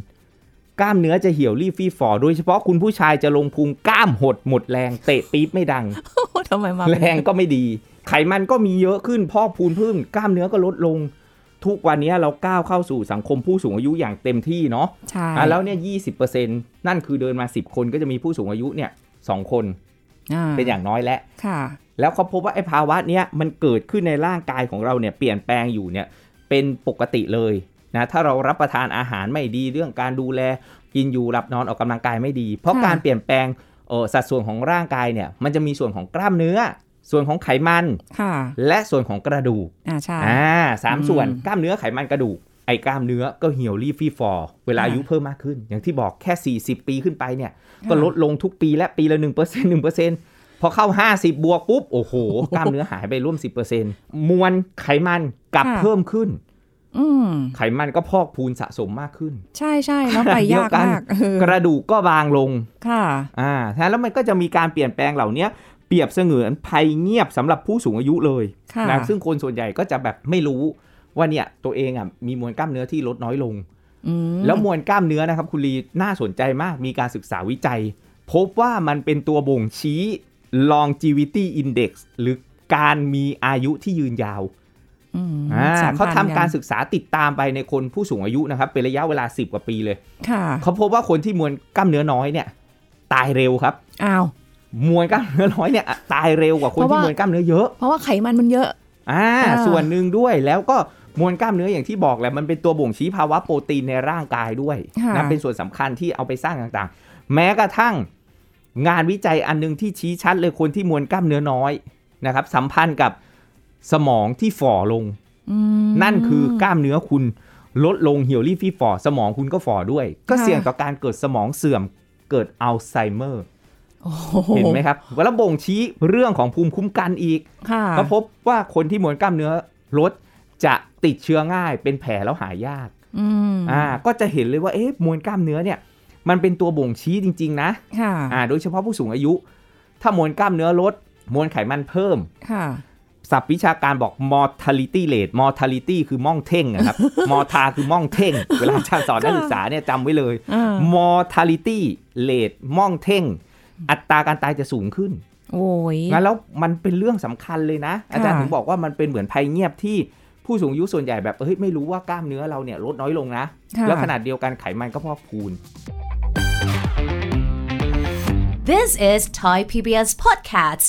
Speaker 5: กล้ามเนื้อจะเหี่ยวรีบฟีฟอโดยเฉพาะคุณผู้ชายจะลงพุงกล้ามหดหมดแรงเตะปี๊บไม่ดัง
Speaker 3: ทำไมมา
Speaker 5: แรงก็ไม่ดี ไขมันก็มีเยอะขึ้น พอกพูนพึ่งกล้ามเนื้อก็ลดลง ทุกวันนี้เราก้าวเข้าสู่สังคมผู้สูงอายุอย่างเต็มที่เนาะ
Speaker 3: ใช่
Speaker 5: อ่ะแล้วเนี่ยยีนั่นคือเดินมา 10 คนก็จะมีผู้สูงอายุเนี่ยสองคน
Speaker 3: อ่
Speaker 5: เป็นอย่างน้อยแล้ว
Speaker 3: ค่ะ
Speaker 5: แล้วเขาพบว่าไอ้ภาวะเนี้ยมันเกิดขึ้นในร่างกายของเราเนี่ยเปลี่ยนแปลงอยู่เนี่ยเป็นปกติเลยนะถ้าเรารับประทานอาหารไม่ดีเรื่องการดูแลกินอยู่หลับนอนออกกำลังกายไม่ดี เพราะ
Speaker 3: ค่ะ
Speaker 5: การเปลี่ยนแปลงเอ่อสัดส่วนของร่างกายเนี่ยมันจะมีส่วนของกล้ามเนื้อ ส่วนของไขมัน
Speaker 3: ค่ะ
Speaker 5: และส่วนของกระดูก
Speaker 3: อ่าใช่
Speaker 5: อ่าสาม
Speaker 3: อืม
Speaker 5: ส่วนกล้ามเนื้อไขมันกระดูก ไอ้กล้ามเนื้อก็เหี่ยวรีบฟีฟอร์เวลา
Speaker 3: ค่ะ
Speaker 5: อายุเพิ่มมากขึ้น อย่างที่บอกแค่ 40 ปีขึ้นไปเนี่ย
Speaker 3: ะ
Speaker 5: ก็ลดลงทุกปีและปีละ 1% 1%พอเข้า 50 บวกปุ๊บ โอ้โห กล้ามเนื้อหายไปร่วม 10%มวลไขมันกลับเพิ่มขึ้น
Speaker 3: อืม
Speaker 5: ไขมันก็พอกพูนสะสมมากขึ้น
Speaker 3: ใช่ใช่แล้วไปยากมากเออก
Speaker 5: ระดูกก็บางลง
Speaker 3: ค่ะ
Speaker 5: อ่าฉะนั้นแล้วมันก็จะมีการเปลี่ยนแปลงเหล่าเนี้ยเปรียบเสมือนภัยเงียบสำหรับผู้สูงอายุเลย
Speaker 3: ค่ะ
Speaker 5: นะซึ่งคนส่วนใหญ่ก็จะแบบไม่รู้ ว่าเนี่ยตัวเองอ่ะมีมวลกล้ามเนื้อที่ลดน้อยลง
Speaker 3: อืม
Speaker 5: แล้วมวลกล้ามเนื้อนะครับคุณลีน่าสนใจมากมีการศึกษาวิจัย พบว่ามันเป็นตัวบ่งชี้ longevity index หรือการมีอายุที่ยืนยาว
Speaker 3: อืม
Speaker 5: อ่า
Speaker 3: สมพันธ์
Speaker 5: เขาทำการ
Speaker 3: น
Speaker 5: ศึกษาติดตามไปในคนผู้สูงอายุนะครับ เป็นระยะเวลา 10 กว่าปีเลย
Speaker 3: ค่ะ
Speaker 5: เขาพบว่าคนที่มวลกล้ามเนื้อน้อยเนี่ยตายเร็วครับ
Speaker 3: อ้าว
Speaker 5: มวลกล้ามเนื้อน้อยเนี่ยตายเร็วกว่าคน
Speaker 3: เพราะ
Speaker 5: ที่
Speaker 3: ว่า
Speaker 5: มวลกล้ามเนื้อเยอะ
Speaker 3: เพราะว่าไขมันมันเยอะ
Speaker 5: อ่า
Speaker 3: อ่า
Speaker 5: ส่วนหนึ่งด้วยแล้วก็มวลกล้ามเนื้ออย่างที่บอกแหละมันเป็นตัวบ่งชี้ภาวะโปรตีนในร่างกายด้วย
Speaker 3: ค่ะ
Speaker 5: นะเป็นส่วนสำคัญที่เอาไปสร้างต่างๆ แม้กระทั่งงานวิจัยอันหนึงที่ชี้ชัดเลยคนที่มวลกล้ามเนื้อน้อยนะครับสัมพันธ์กับสมองที่ฝ่อลง
Speaker 3: อืม
Speaker 5: นั่นคือกล้ามเนื้อคุณลดลงเหี่ยวรีบฟี่ฝ่อสมองคุณก็ฝ่อด้วย ก็
Speaker 3: ค่ะ
Speaker 5: เสี่ยงต่อการเกิดสมองเสื่อมเกิดอัลไซเมอร์
Speaker 3: โอ้โ
Speaker 5: เห็นไหมครับแล้วบ่งชี้เรื่องของภูมิคุ้มกันอีก
Speaker 3: ค่ะ
Speaker 5: ก็พบว่าคนที่มวลกล้ามเนื้อลดจะติดเชื้อง่ายเป็นแผลแล้วหายยาก
Speaker 3: อืม
Speaker 5: อ่าก็จะเห็นเลยว่าเอ๊ะมวลกล้ามเนื้อเนี่ย มันเป็นตัวบ่งชี้จริง ๆ นะ
Speaker 3: ค่ะ
Speaker 5: อ่าโดยเฉพาะผู้สูงอายุ ถ้ามวลกล้ามเนื้อลด มวลไขมันเพิ่ม
Speaker 3: ค่ะ
Speaker 5: ศัพท์วิชาการบอก mortality rate mortality คือม่องเท่ง นะครับ morta คือม่องเท่ง เวลาอาจารย์สอนนักศึกษาเนี่ยจำไว้เลย
Speaker 3: อ่า
Speaker 5: mortality rate ม่องเท่ง อัตราการตายจะสูงขึ้น
Speaker 3: โอ้ย
Speaker 5: งั้นแล้วมันเป็นเรื่องสำคัญเลยนะ อาจารย์ถึงบอกว่ามันเป็นเหมือนภัยเงียบที่ผู้สูงอายุส่วนใหญ่แบบเฮ้ยไม่รู้ว่ากล้ามเนื้อเราเนี่ยลดน้อยลงนะ
Speaker 3: ค่ะ
Speaker 5: แล้วขนาดเดียวกันไขมันก็พอกพูน
Speaker 1: This is Thai PBS Podcast.